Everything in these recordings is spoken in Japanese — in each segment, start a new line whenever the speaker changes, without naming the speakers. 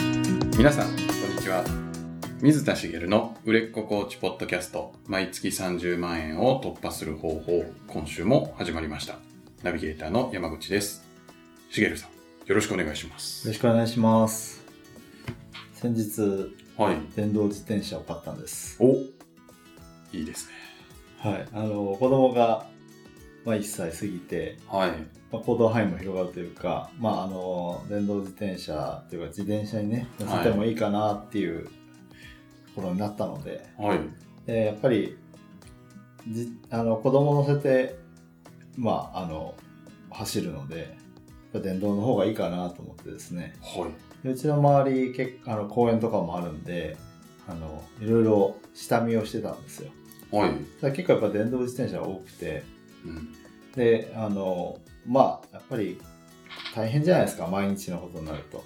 皆さん、こんにちは。水田茂の売れっ子コーチポッドキャスト、毎月30万円を突破する方法、今週も始まりました。ナビゲーターの山口です。茂さん、よろしくお願いしま
よ
す
ろ。しくお願いします。先日、
はい。
電動自転車を買ったんです。
おいいですね。
はい。あの、子供が、まあ、1歳過ぎて、
はい。
まあ、行動範囲も広がるというか、まあ、あの、電動自転車というか、自転車にね、乗せてもいいかなっていうところになったので、
はい。
でやっぱり、じあの子供乗せて、まあ、あの、走るので、やっぱ電動の方がいいかなと思ってですね、
はい。
でうちの周り結あの公園とかもあるんであのいろいろ下見をしてたんですよ
はい。
ただ結構やっぱ電動自転車が多くて
うん。
であのまあやっぱり大変じゃないですか毎日のことになると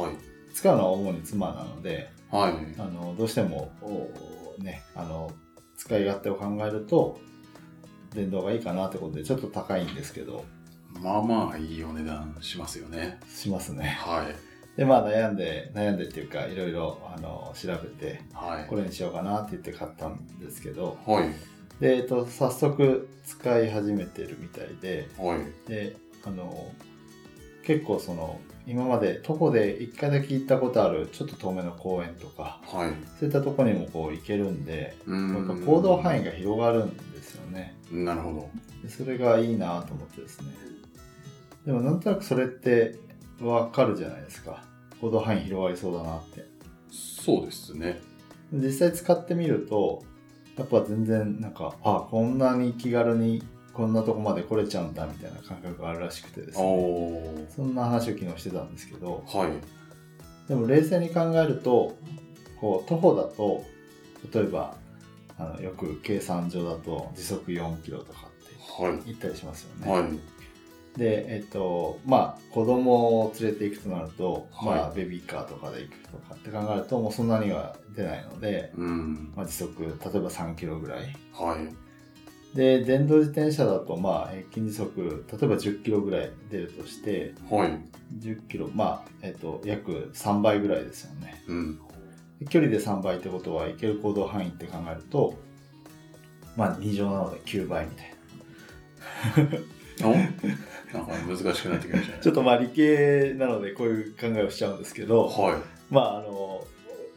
はい。
使うのは主に妻なので
はい。
あのどうしてもおねあの使い勝手を考えると電動がいいかなってことでちょっと高いんですけど
まあまあいいお値段しますよね。
しますね
はい。
でまあ悩んで悩んでっていうかいろいろあの調べて
はい。
これにしようかなって言って買ったんですけど
はい。
で、えっと、早速使い始めてるみたいで
はい。
であの結構その今まで徒歩で1回だけ行ったことあるちょっと遠めの公園とか
はい。
そういったとこにもこう行けるんで
う
やっぱ
ん。
行動範囲が広がるんですよね
なるほ
でそれがいいなと思ってですねでもなんとなくそれってわかるじゃないですか行動範囲広がりそうだなって
ど。そうですね。
実際使ってみるとやっぱ全然なんかあこんなに気軽にこんなとこまで来れちゃうんだみたいな感覚があるらしくてですね
おー
そんな話を昨日してたんですけど
はい。
でも冷静に考えるとこう徒歩だと例えばあのよく計算上だと時速4キロとかって
は
言ったりしますよ
い。
ね、
はい。
でえっとまあ子供を連れて行くとなると、
はい
まあベビーカーとかで行くとかって考えるともうそんなには出ないので、
うん。
まあ、時速例えば3キロぐらい
はい。
で電動自転車だとまあ平均時速例えば10キロぐらい出るとして
はい。
10キロまあ、えっと約3倍ぐらいですよね
うん。
で距離で3倍ってことはいける行動範囲って考えるとまあ2乗なので9倍みたい
お なんか難しくなってきましたね
な。ちょっとまあ理系なのでこういう考えをしちゃうんですけど
は
まああの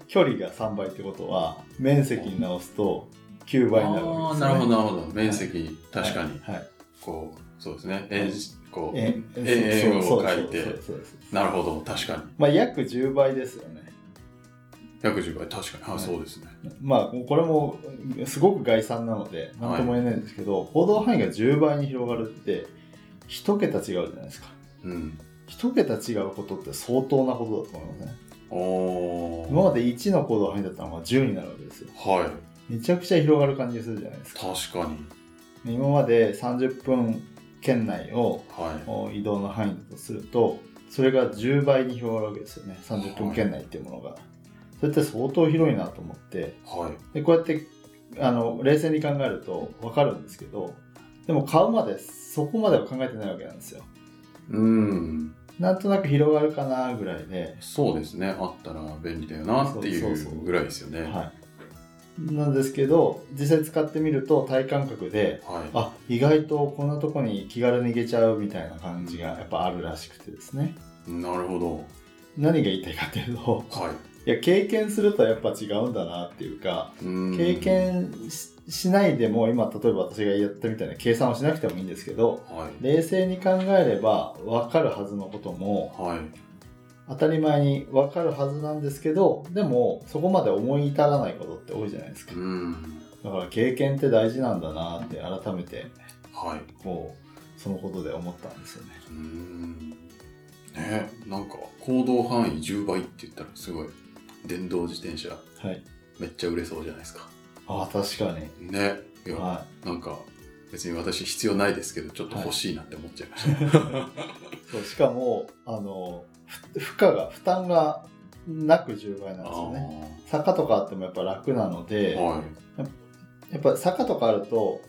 距離が3倍ってことは面積に直すと9
い。
倍になるわ
あー
けです
なる
よね
ほど、なるほど。面積、確かに。
はい、はい
こう、そうですね。円しこう、
え
え円
そう
を書い
そうそう
て。
そうそう
なるほど、確かに。
まあ約10倍ですよね
約10倍、確かに。
は
あ、
い
そうですね。
まあこれもすごく概算なので何とも言えないんですけど、行動範囲が10倍に広がるって一桁違うじゃないですか
うん。
一桁違うことって相当なことだと思いますね
お
今
ー。
まで1の行動範囲だったのが10になるわけですよ
はい。
めちゃくちゃ広がる感じがするじゃないですか
確かに。
今まで30分圏内を
はい。
移動の範囲だとするとそれが10倍に広がるわけですよね30分圏内っていうものが、それって相当広いなと思って
はい。
でこうやってあの冷静に考えると分かるんですけどでも買うまでそこまでは考えてないわけなんですよ
うん。
なんとなく広がるかなぐらいで、
そうですね。あったら便利だよなってい
そうそうそうう
ぐらいですよね。は
はい、なんですけど実際使ってみると体感覚で
い。
あ意外とこんなとこに気軽に行けちゃうみたいな感じがやっぱあるらしくてですね
なるほど。
何が言いたいかっていうと
はい
や経験するとやっぱ違うんだなっていうか
い。うん
経験ししないでも今例えば私がやったみたいな計算をしなくてもいいんですけど
はい。
冷静に考えれば分かるはずのことも
はい。
当たり前に分かるはずなんですけどでもそこまで思い至らないことって多いじゃないですか
うん。
だから経験って大事なんだなって改めて
はい。
こうそのことで思ったんですよね
うん。ねなんか行動範囲10倍って言ったらすごい電動自転車
はい
めっちゃ売れそうじゃないですか。
ああ確かに
ね。いや、
は
なんか別に私必要ないですけどちょっと欲しいなって思っちゃいました。
いそうしかもあのふ負荷が負担がなく10倍なんですよね坂とかあってもやっぱ楽なの
あー
で
はい。
やっぱ坂とかあると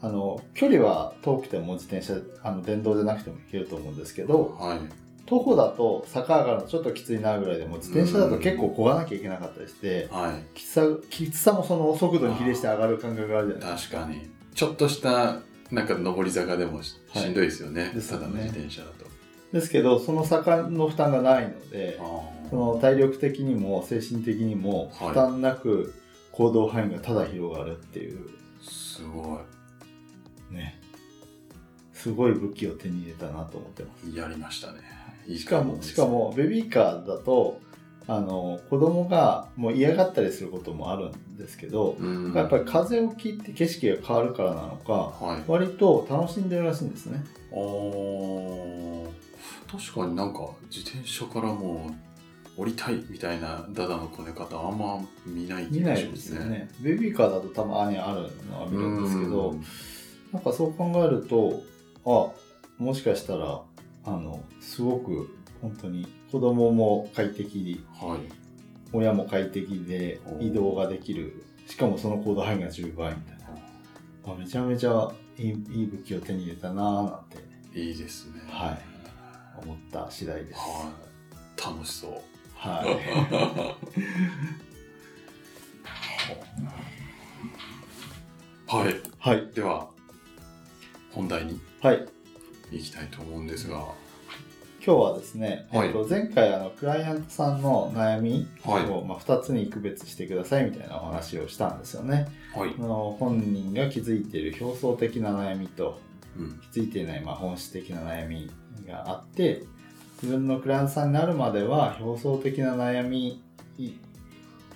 あの距離は遠くても自転車あの電動じゃなくても行けると思うんですけど
はい。
徒歩だと坂上がるのちょっときついなぐらいでも自転車だと結構こがなきゃいけなかったりして、
はい。
きつさきつさもその速度に比例して上がる感覚があるじゃないです
確
か
かに。ちょっとした、なんか上り坂でもし
はい
しんどいですよね。
です
た
よ
だ
ね
の自転車だと。
ですけどその坂の負担がないので
あ
その体力的にも精神的にも
はい
負担なく行動範囲がただ広がるっていう
ーすご
ねすごい武器を手に入れたなと思ってます
い。やりましたね。いい
しかも
です
しか。もベビーカーだとあの子供がもう嫌がったりすることもあるんですけど、
うん。
やっぱり風を切って景色が変わるからなのか
はい。
割と楽しんでるらしいんですね
お確かになんか自転車からもう降りたいみたいなダダのこね方あんま見ない気
見な
が
い
しま
ですす
ね。
よねベビーカーだとたまにあるのは見るんですけど
うん
なんかそう考えるとあもしかしたらあのすごく本当に子供も快適に
はい。
親も快適で
おー
移動ができるしかもその行動範囲が10倍みたいなあめちゃめちゃいいいい武器を手に入れたなーなんて
いいですね。
はい思った次第です
はい。楽しそう。
はい
はい。
はい
では、本題に
はい
行きたいと思うんですが、
今日はですね、
はい
えっと、前回あのクライアントさんの悩みを、
はい
まあ、2つに区別してくださいみたいなお話をしたんですよね。
はい
あ。の本人が気づいている表層的な悩みと
うん。
気づいていない、まあ、本質的な悩みがあって自分のクライアントさんになるまでは表層的な悩み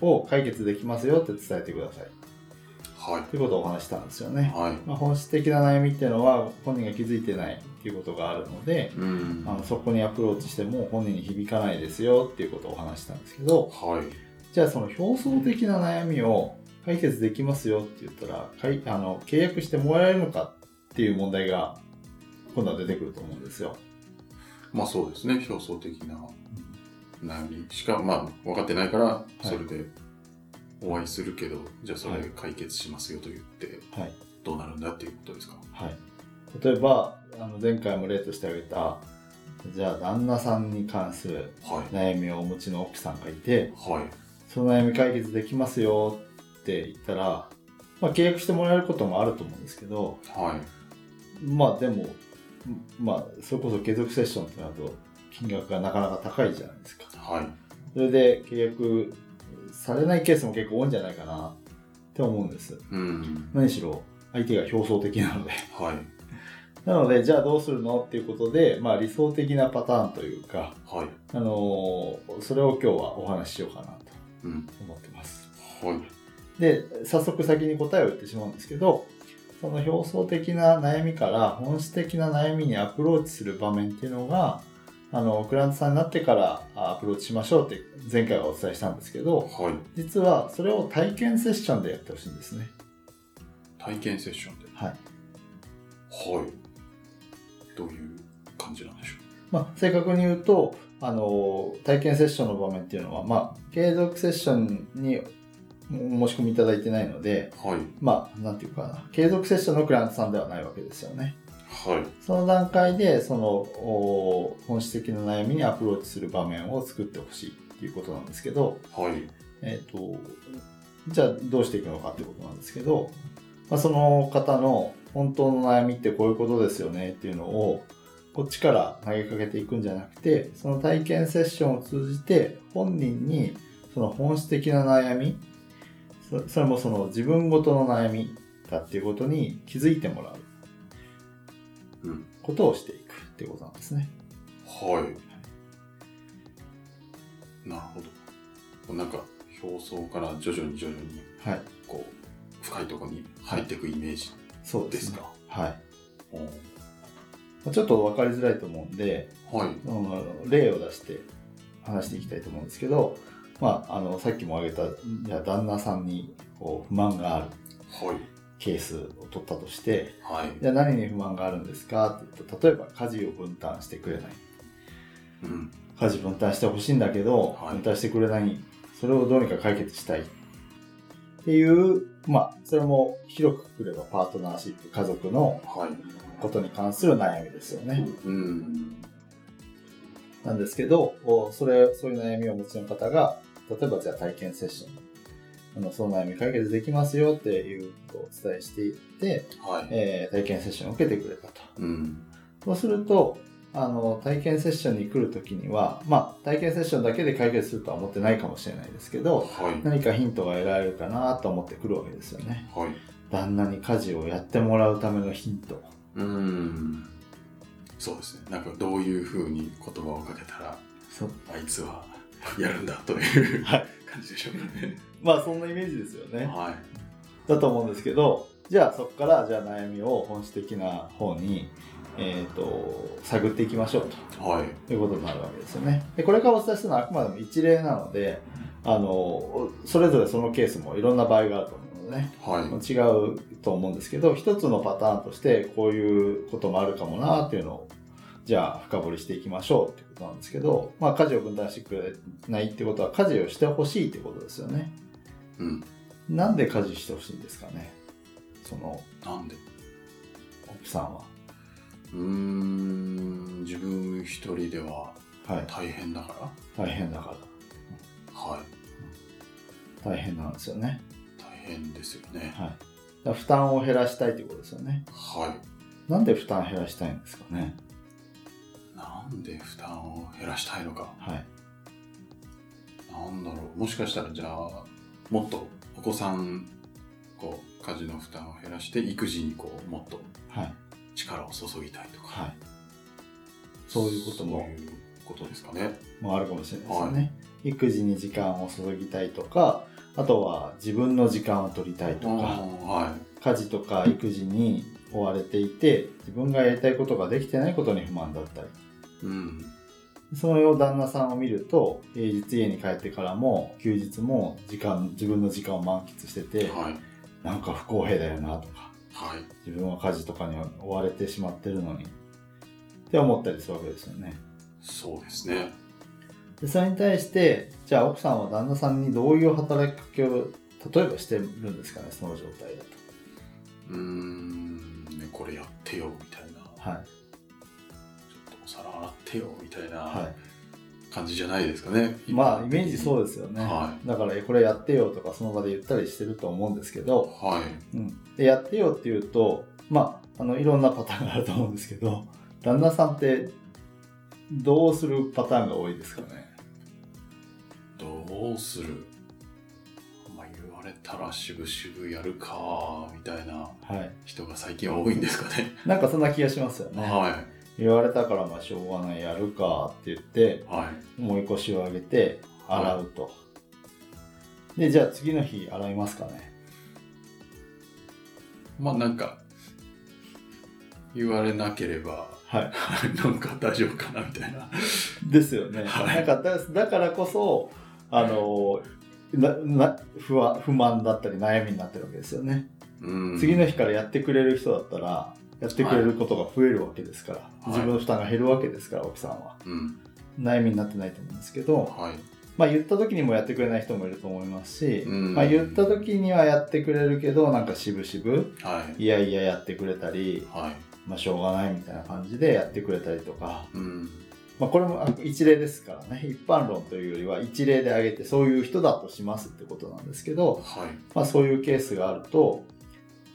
を解決できますよって伝えてください
は
ということをお話ししたんですよ
い。
ね。
はい。
まあ、本質的な悩みっていうのは本人が気づいてないっていうことがあるので、
うん。
あ
は
のそこにアプローチしても本人に響かないですよっていうことをお話ししたんですけど
い。
じゃあその表層的な悩みを解決できますよって言ったらかいあの契約してもらえるのかっていう問題が今度は出てくると思うんですよ。
まあそうですね、表層的な悩みしか、まあ分かってないから、
い
それでお会いするけど、じゃあそれ解決しますよと言って、
はい
どうなるんだっていうことですか。
はい、例えばあの前回も例として挙げたじゃあ旦那さんに関する
はい。
悩みをお持ちの奥さんがいて
はい。
その悩み解決できますよって言ったら、まあ、契約してもらえることもあると思うんですけど
はい。
まあでも、まあ、それこそ継続セッションってなると、金額がなかなか高いじゃないですか。
はい。
それで契約されないケースも結構多いんじゃないかなって思うんです。
うん。
何しろ、相手が表層的なので。
はい。
なので、じゃあどうするのっていうことで、まあ理想的なパターンというか、
はい。
あのーそれを今日はお話ししようかなと
うん。
思ってます。
はい。
で、早速先に答えを言ってしまうんですけど、その表層的な悩みから本質的な悩みにアプローチする場面っていうのが、あの、クライアントさんになってからあアプローチしましょうって前回はお伝えしたんですけど、
はい。
実はそれを体験セッションでやってほしいんですね。
体験セッションで。
はい。
はい。どういう感じなんでしょ
まあ、正確に言うと、あの、体験セッションの場面っていうのは、まあ、継続セッションにお申し込みいただいてないので、
う。はい。
まあ、なんていうかな、継続セッションのクライアントさんではないわけですよね。
はい。
その段階でそのお本質的な悩みにアプローチする場面を作ってほしいっていうことなんですけど、
はい。
えー、とじゃあどうしていくのかってことなんですけど、まあ、その方の本当の悩みってこういうことですよねっていうのをこっちから投げかけていくんじゃなくてその体験セッションを通じて本人にその本質的な悩みそそれもその自分ごとの悩みだっていうことに気づいてもらう
うん。
ことをしていくっていうことなんですね。
はい。なるほど。こうなんか、表層から徐々に徐々に、
はい
こう、深いところに入っていくイメージ
そう
で
ですすね。
か。
はい。
おー
まあちょっと分かりづらいと思うんで、
はい。
あの例を出して話していきたいと思うんですけど、まあ、あの、さっきも挙げた、じゃあ旦那さんにこう不満がある
はい。
ケースを取ったとして、
はい。
じゃあ何に不満があるんですかって言うと、例えば家事を分担してくれない。
うん。
家事分担してほしいんだけど、
はい
分担してくれない。それをどうにか解決したい。っていう、まあ、それも広くくればパートナーシップ、家族の
はい。
ことに関する悩みですよね。
うん。
なんですけど、おそれ、そういう悩みをお持ちの方が、例えばじゃあ体験セッション、あの、その悩み解決できますよっていうことをお伝えしていって、
はい。
えー体験セッションを受けてくれたと。
うん。
そうすると、あの、体験セッションに来るときには、まあ、体験セッションだけで解決するとは思ってないかもしれないですけど、
はい。
何かヒントが得られるかなと思ってくるわけですよね。
はい。
旦那に家事をやってもらうためのヒント。
うん。そうですね。なんかどういうふうに言葉をかけたら、
そう
あいつはやるんだという
は
感じでしょうかね。
まあ、そんなイメージですよね。
はい。
だと思うんですけどじゃあそこからじゃあ悩みを本質的な方に、えー、と探っていきましょう
はい。
ということになるわけですよねでこれからお伝えするのはあくまでも一例なのであのそれぞれそのケースもいろんな場合があると思うのでね
はい。
違うと思うんですけど一つのパターンとしてこういうこともあるかもなっていうのをじゃあ深掘りしていきましょうってことなんですけど、まあ、家事を分担してくれないってことは家事をしてほしいってことですよね
うん。
なんで家事してほしいんですかねその
なんで
奥さんは
うーん。自分一人では
はい
大変だか。
大変だから
はい。
ら大変なんですよね
大変ですよね。
はいだから負担を減らしたいということですよね
はい。
なんで負担減らしたいんですかね
なんで負担を減らしたいのか。
はい
なんだろう。もしかしたらじゃあ、もっとお子さん、こう、家事の負担を減らして、育児にこう、もっと
はい
力を注ぎたいとか。
はいそういうことも
そういうことですかね。
もうあるかもしれないですよね、育児に時間を注ぎたいとかあとは自分の時間を取りたいと
あー
か
は
家事とか育児に追われていて自分がやりたいことができてないことに不満だったり
い。うん。
そのよう旦那さんを見ると平日家に帰ってからも休日も時間自分の時間を満喫してて、
はい。
なんか不公平だよなとか
はい。
自分は家事とかに追われてしまってるのにって思ったりするわけですよね
そうですね。
でそれに対してじゃあ奥さんは旦那さんにどういう働きかけを例えばしてるんですかねその状態だ
うーん、ね、これやってよ、みたいな。ちょ
とはい
っとお皿洗ってよ、みたい
は
な感じじゃないですかね。
いまあイメージ
う
そうですよね、
は
だからえこれやってよとかその場で言ったりしてると思うんですけど、
はい。
うん、でやってよっていうとまああのいろんなパターンがあると思うんですけど旦那さんってどうするパターンが多いですかね
どうするまあ言われたらしぶしぶやるか、みたいな
はい
人が最近は多いんですかね。
なんかそんな気がしますよね、
は
言われたからまあしょうがないやるかって言って
い。は
重い腰を上げて洗うと、でじゃあ次の日洗いますかね
い。まあなんか、言われなければ、
はい
なんか大丈夫かな、みたいな。
ですよね、
はい
なんかだだからこそあのなな不安不満だったり悩みになってるわけですよね
うん。
次の日からやってくれる人だったらやってくれることが増えるわけですから、
い
自分の負担が減るわけですから奥さんは
うん。
悩みになってないと思うんですけど、
はい。
まあ、言った時にもやってくれない人もいると思いますし、
うん
まあ、言った時にはやってくれるけどなんか渋々
はい。
いやいややってくれたり、
はい。
まあ、しょうがないみたいな感じでやってくれたりとか、
うん。
まあ、これもあ一例ですからね一般論というよりは一例で挙げてそういう人だとしますってことなんですけど、
はい。
まあ、そういうケースがあると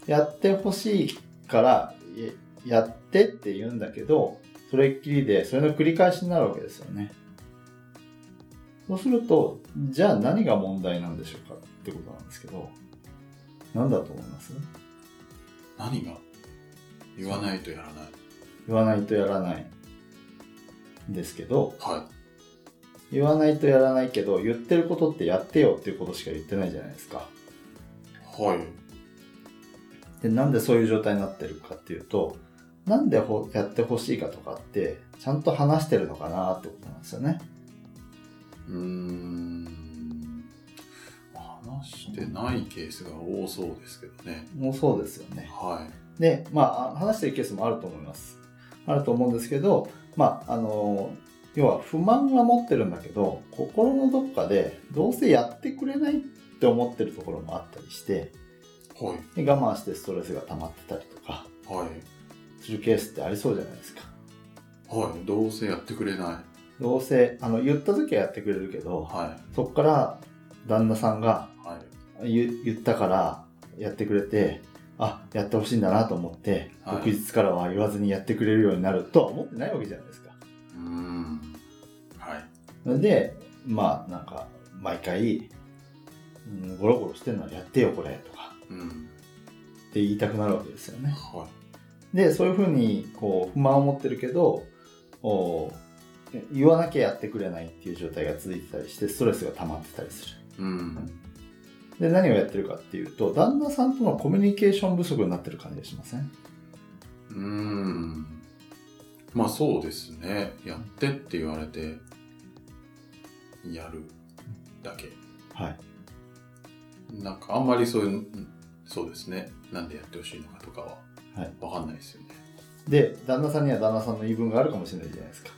やってほしいからややってって言うんだけどそれっきりでそれの繰り返しになるわけですよねそうするとじゃあ何が問題なんでしょうかってことなんですけど何だと思います
何が言わないとやらない。
言わないとやらないんですけど
は
言わないとやらないけど言ってることってやってよっていうことしか言ってないじゃないですか
い。はい。
でなんでそういう状態になってるかっていうとなんでほやってほしいかとかってちゃんと話してるのかなってことなんですよね。
うーん。話してないケースが多そうですけどね。
もうそうですよね。
は
でまああ話してるケースもあると思います。あると思うんですけどまああの要は不満は持ってるんだけど心のどっかでどうせやってくれないって思ってるところもあったりして
い。はい。
で我慢してストレスが溜まってたりとか
はい。
するケースってありそうじゃないですか。
はい。どうせやってくれな
どうせあの言った時はやってくれるけど
は
そこから旦那さんが
い。はい。
言言ったからやってくれてあやってほしいんだなと思って、
はい
翌日からは言わずにやってくれるようになるとは思ってないわけじゃないですか。
うーん。はい。
なんでまあなんか毎回、うん、ゴロゴロしてんのはやってよこれとか
うん。
って言いたくなるわけですよね。
は
でそういうふうにこう不満を持ってるけどお言わなきゃやってくれないっていう状態が続いてたりしてストレスが溜まってたりする。
い。うん。
で何をやってるかっていうと旦那さんとのコミュニケーション不足になってる感じがしません
うーん。まあそうですね。やってって言われて、やるだけ。
はい
なんかあんまりそういう、うんそうですね。なんでやってほしいのかとかは
はい、
わかんないですよね。
で旦那さんには旦那さんの言い分があるかもしれないじゃないですか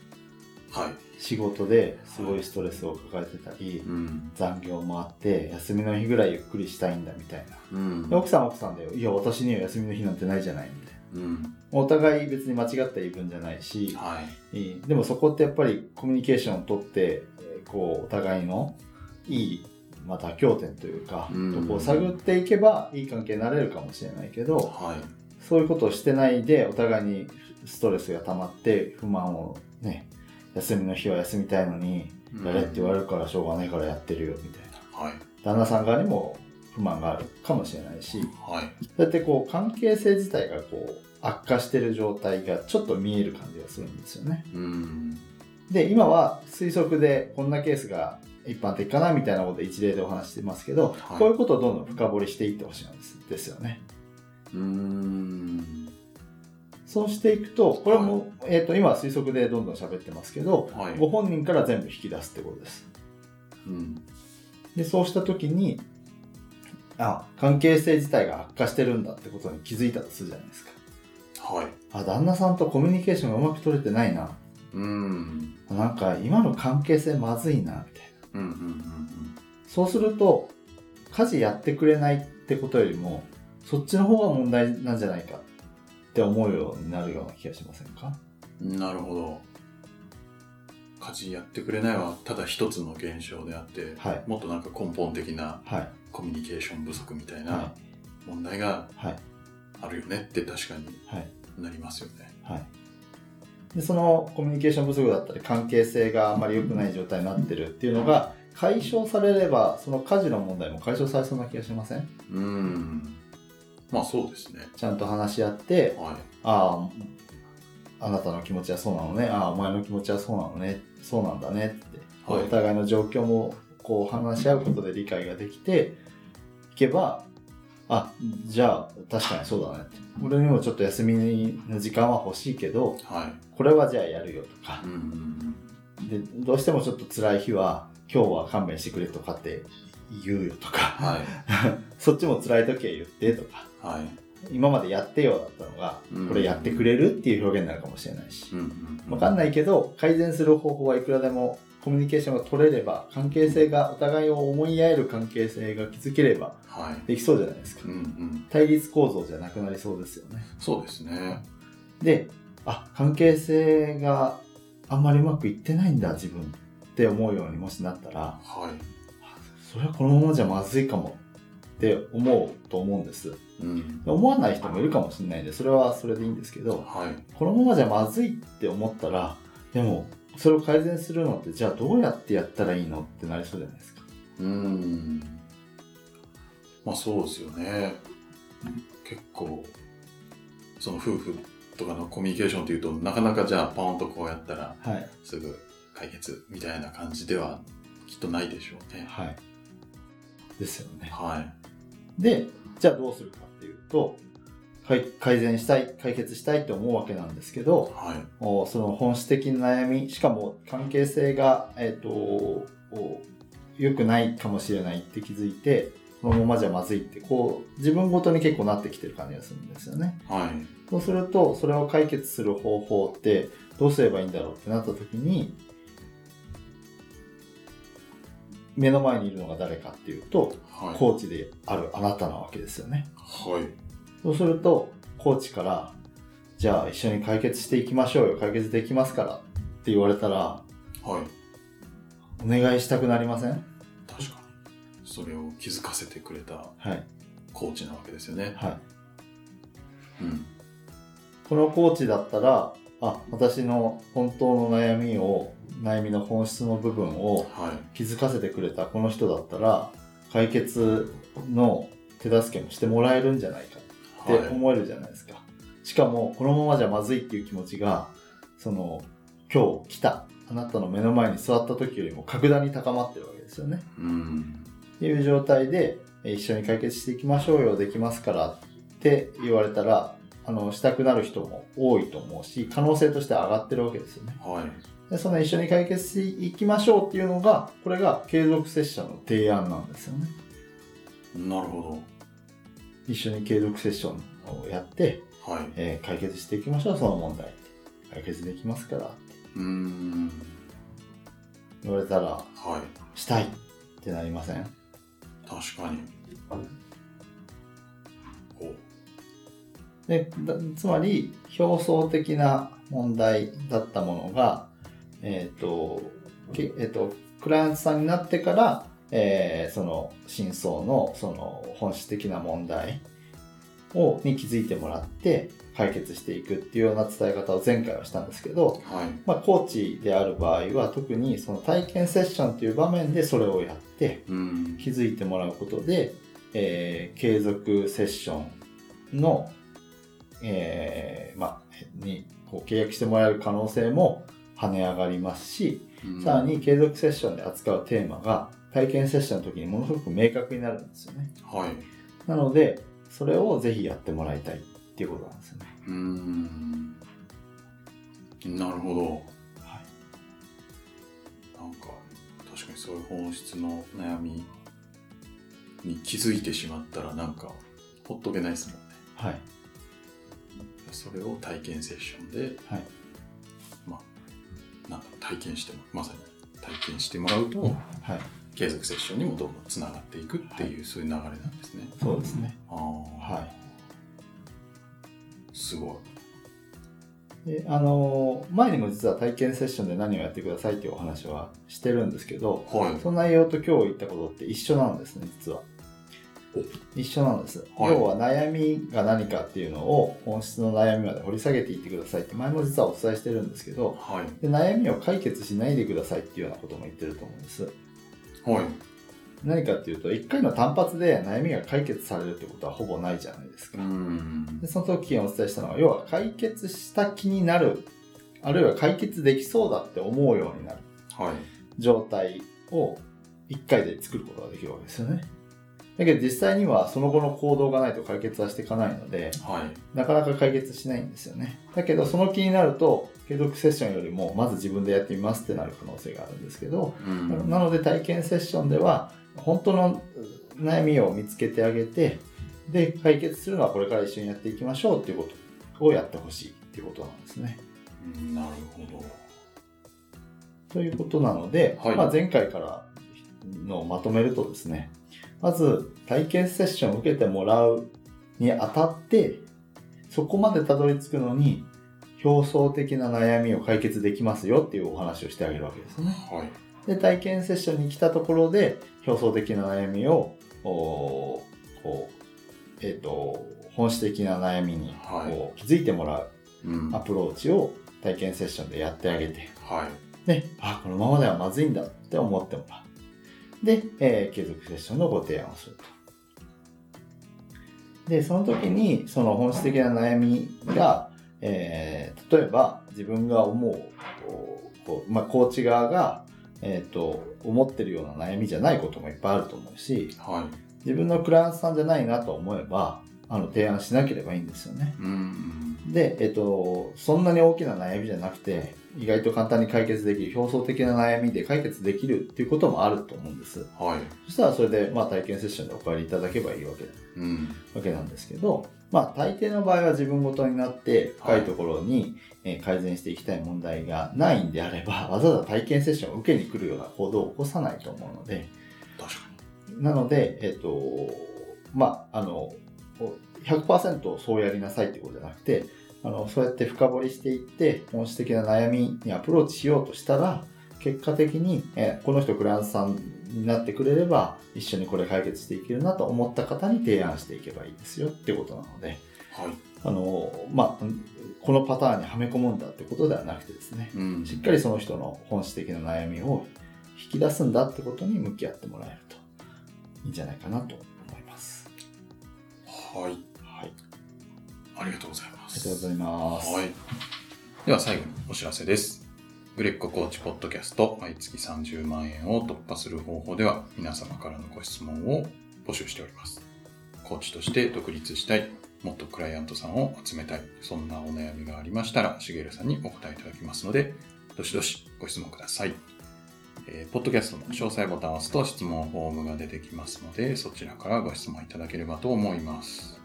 はい。
仕事ですごいストレスを抱えてたり、
うん。
残業もあって休みの日ぐらいゆっくりしたいんだみたいな
うん
で。奥さんは奥さんで「いや私には休みの日なんてないじゃない」みたいな
うん。
お互い別に間違った言い分じゃないし、
はい。
いいでもそこってやっぱりコミュニケーションを取ってえーこうお互いのいいまた妥協点というか、
うん
とこを探っていけばいい関係になれるかもしれないけど、
はい。
そういうことをしてないで、お互いにストレスが溜まって、不満をね、休みの日は休みたいのに、やれって言われるからしょうがないからやってるよ、みたいな。
はい。
旦那さん側にも不満があるかもしれないし、
はい。
そうやってこう、関係性自体がこう、悪化してる状態がちょっと見える感じがするんですよね。
うん。
で、今は推測でこんなケースが一般的かなみたいなことで一例でお話してますけど、
はい
こういうことをどんどん深掘りしていってほしいんですですよね。
うーん。
そうしていくと、これも、えっと今は推測でどんどん喋ってますけど、
はい。
ご本人から全部引き出すってことです。
うん。
で、そうした時に、あ、関係性自体が悪化してるんだってことに気づいたとするじゃないですか。
はい。
あ、旦那さんとコミュニケーションがうまく取れてないな。
うん。
あなんか今の関係性まずいな、みたいな。
うんうんうん
そうすると、家事やってくれないってことよりも、そっちの方が問題なんじゃないかって思うようになるような気がしませんか
うん。なるほど。家事やってくれないはただ一つの現象であって、
はい。
もっとなんか根本的な
はい。
コミュニケーション不足みたい
は
な問題が
い。はい。
あるよねって確かに
はい。
なりますよね。
はい、でそのコミュニケーション不足だったり関係性があんまり良くない状態になってるっていうのが解消されればその家事の問題も解消されそうな気がしません
うん。まあそうですね。
ちゃんと話し合って
はい。
あああなたの気持ちはそうなのねああお前の気持ちはそうなのねそうなんだねって、
はい
お互いの状況もこう話し合うことで理解ができていけばあじゃあ確かにそうだねって俺にもちょっと休みの時間は欲しいけど
は
これはじゃあやるよとか
い。うんうんうん。
でどうしてもちょっと辛い日は今日は勘弁してくれとかって言うよとか
はい。
そっちも辛い時は言ってとか
はい。
今までやってよだったのが
うん
これやってくれるっていう表現になるかもしれないし
うんうんうん。
分かん
ない。
ないけど改善する方法はいくらでもコミュニケーションが取れれば関係性がお互いを思い合える関係性が築ければ
はい。
できそうじゃないですか
うんうん。
対立構造じゃなくなりそうですよね
そうですね。
であ関係性があんまりうまくいってないんだ自分って思うようにもしなったら
は
それはこのままじゃまずいかもって思うと思うんです
い。うん。
思わない人もいるかもしれないんでそれはそれでいいんですけど
はい。
このままじゃまずいって思ったらでもそれを改善するのってじゃあどうやってやったらいいのってなりそうじゃないですか
うん。まあそうですよね。結構、その夫婦とかのコミュニケーションというと、なかなかじゃあパーンとこうやったら
はい
すぐ解決みたいな感じではきっとないでしょうね。
はいですよね
はい。
でじゃあどうするかっていうと改改善したい解決したいって思うわけなんですけど
はい。
おその本質的な悩みしかも関係性が、えー、とお良くないかもしれないって気づいてこのままじゃまずいってこう自分ごとに結構なってきてる感じがするんですよね
はい。
そうするとそれを解決する方法ってどうすればいいんだろうってなった時に目の前にいるのが誰かっていうと
はい。
コーチであるあなたなわけですよね
はい。
そうすると、コーチから、じゃあ一緒に解決していきましょうよ、解決できますからって言われたら、
はい。
お願いしたくなりません
確かに。それを気づかせてくれた
はい。
コーチなわけですよね。
はい。
うん。
このコーチだったら、あ、私の本当の悩みを、悩みの本質の部分を
はい。
気づかせてくれたこの人だったら、解決の手助けもしてもらえるんじゃないか
は
って
い。
思えるじゃないですか。しかも、このままじゃまずいっていう気持ちが、その、今日来た、あなたの目の前に座った時よりも格段に高まってるわけですよね。
うん。
っていう状態でえー一緒に解決していきましょうよできますからって言われたらあのしたくなる人も多いと思うし可能性として上がってるわけですよね
はい。
でその一緒に解決していきましょうっていうのがこれが継続セッションの提案なんですよね
なるほ
一緒に継続セッションをやって、
ど。はい。
えー解決していきましょうその問題解決できますからって
うーん。
言われたら
はい。
したいってなりません
確かに。お
でだつまり表層的な問題だったものが、えーとけえー、とクライアントさんになってから、えーその真相のその本質的な問題をに気づいてもらって解決していくっていうような伝え方を前回はしたんですけど、
はい。
まあ、コーチである場合は特にその体験セッションという場面でそれをやって
うん。
気づいてもらうことで、えー継続セッションの、えーまあ、にこう契約してもらえる可能性も跳ね上がりますし、
うん
さら。に継続セッションで扱うテーマが体験セッションの時にものすごく明確になるんですよね。
はい。
なので、それをぜひやってもらいたいっていうことなんですよね。
うーん。なるほど。
はい
なんか確かにそういう本質の悩みに気づいてしまったらなんかほっとけないですもんね
はい。
それを体験セッションで
はい。
まあなんだろう体験してもまさに体験してもらうと
はい。
継続セッションにもどんどんつながっていくっていう、そういう流れなんですね
そうですね。
ああ、
はい。
すごい
であの前にも実は体験セッションで何をやってくださいっていうお話はしてるんですけど
はい
その内容と今日言ったことって一緒なんですね実は一緒なんです、
はい
要は悩みが何かっていうのを本質の悩みまで掘り下げていってくださいって前も実はお伝えしてるんですけど
はい
で悩みを解決しないでくださいっていうようなことも言ってると思うんです
はい
何かっていうと1回の単発で悩みが解決されるってことはほぼないじゃないですか
うーん
でその時お伝えしたのは要は解決した気になるあるいは解決できそうだって思うようになる
はい
状態を1回で作ることができるわけですよねだけど実際にはその後の行動がないと解決はしていかないので
はい
なかなか解決しないんですよねだけどその気になると継続セッションよりもまず自分でやってみますってなる可能性があるんですけど
うん
なので体験セッションでは本当の悩みを見つけてあげてで解決するのはこれから一緒にやっていきましょうっていうことをやってほしいっていうことなんですね。
うんなるほど
ということなので、
はい
まあ、前回からのをまとめるとですねまず体験セッションを受けてもらうにあたってそこまでたどり着くのに表層的な悩みを解決できますよっていうお話をしてあげるわけですね。
はい
で体験セッションに来たところで表層的な悩みをおーこう、えっと本質的な悩みに
はい
こう気づいてもらう
うん
ア
は
プローチを体験セッションでやってあげて、
い
であこのままではまずいんだって思ってもらうで、えー継続セッションのご提案をすると。でその時にその本質的な悩みが、えー例えば自分が思うこうこう、まあ、コーチ側が、えー、と思ってるような悩みじゃないこともいっぱいあると思うし
はい
自分のクライアントさんじゃないなと思えばあの提案しなければいいんですよね。
うん
で、えっと、そんなに大きな悩みじゃなくて意外と簡単に解決できる表層的な悩みで解決できるっていうこともあると思うんです
はい
そしたらそれで、まあ、体験セッションでお帰りいただけばいいわけ
うん
わけなんですけど、まあ、大抵の場合は自分ごとになって深いところに、えー改善していきたい問題がないんであればわざわざ体験セッションを受けに来るような行動を起こさないと思うので
確かに
なので、えっと、まあ、あの、100%そうやりなさいってことじゃなくて、あの、そうやって深掘りしていって、本質的な悩みにアプローチしようとしたら、結果的に、えーこの人クライアントさんになってくれれば一緒にこれ解決していけるなと思った方に提案していけばいいですよってことなので
はい。
あの、まあ、このパターンにはめ込むんだってことではなくてですね
うん
しっかりその人の本質的な悩みを引き出すんだってことに向き合ってもらえるといいんじゃないかなと思います。
はい。
はい、
ありがとうございま
あ
す。
りがとうございます。
はい。では最後にお知らせです。グレッココーチポッドキャスト毎月30万円を突破する方法では皆様からのご質問を募集しております。コーチとして独立したい、もっとクライアントさんを集めたい、そんなお悩みがありましたら、しげるさんにお答えいただきますので、どしどしご質問ください。えーポッドキャストの詳細ボタンを押すと質問フォームが出てきますので、そちらからご質問いただければと思います。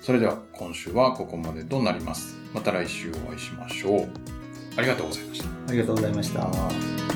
それでは今週はここまでとなります。また来週お会いしましょう。ありがとうございました。
ありがとうございました。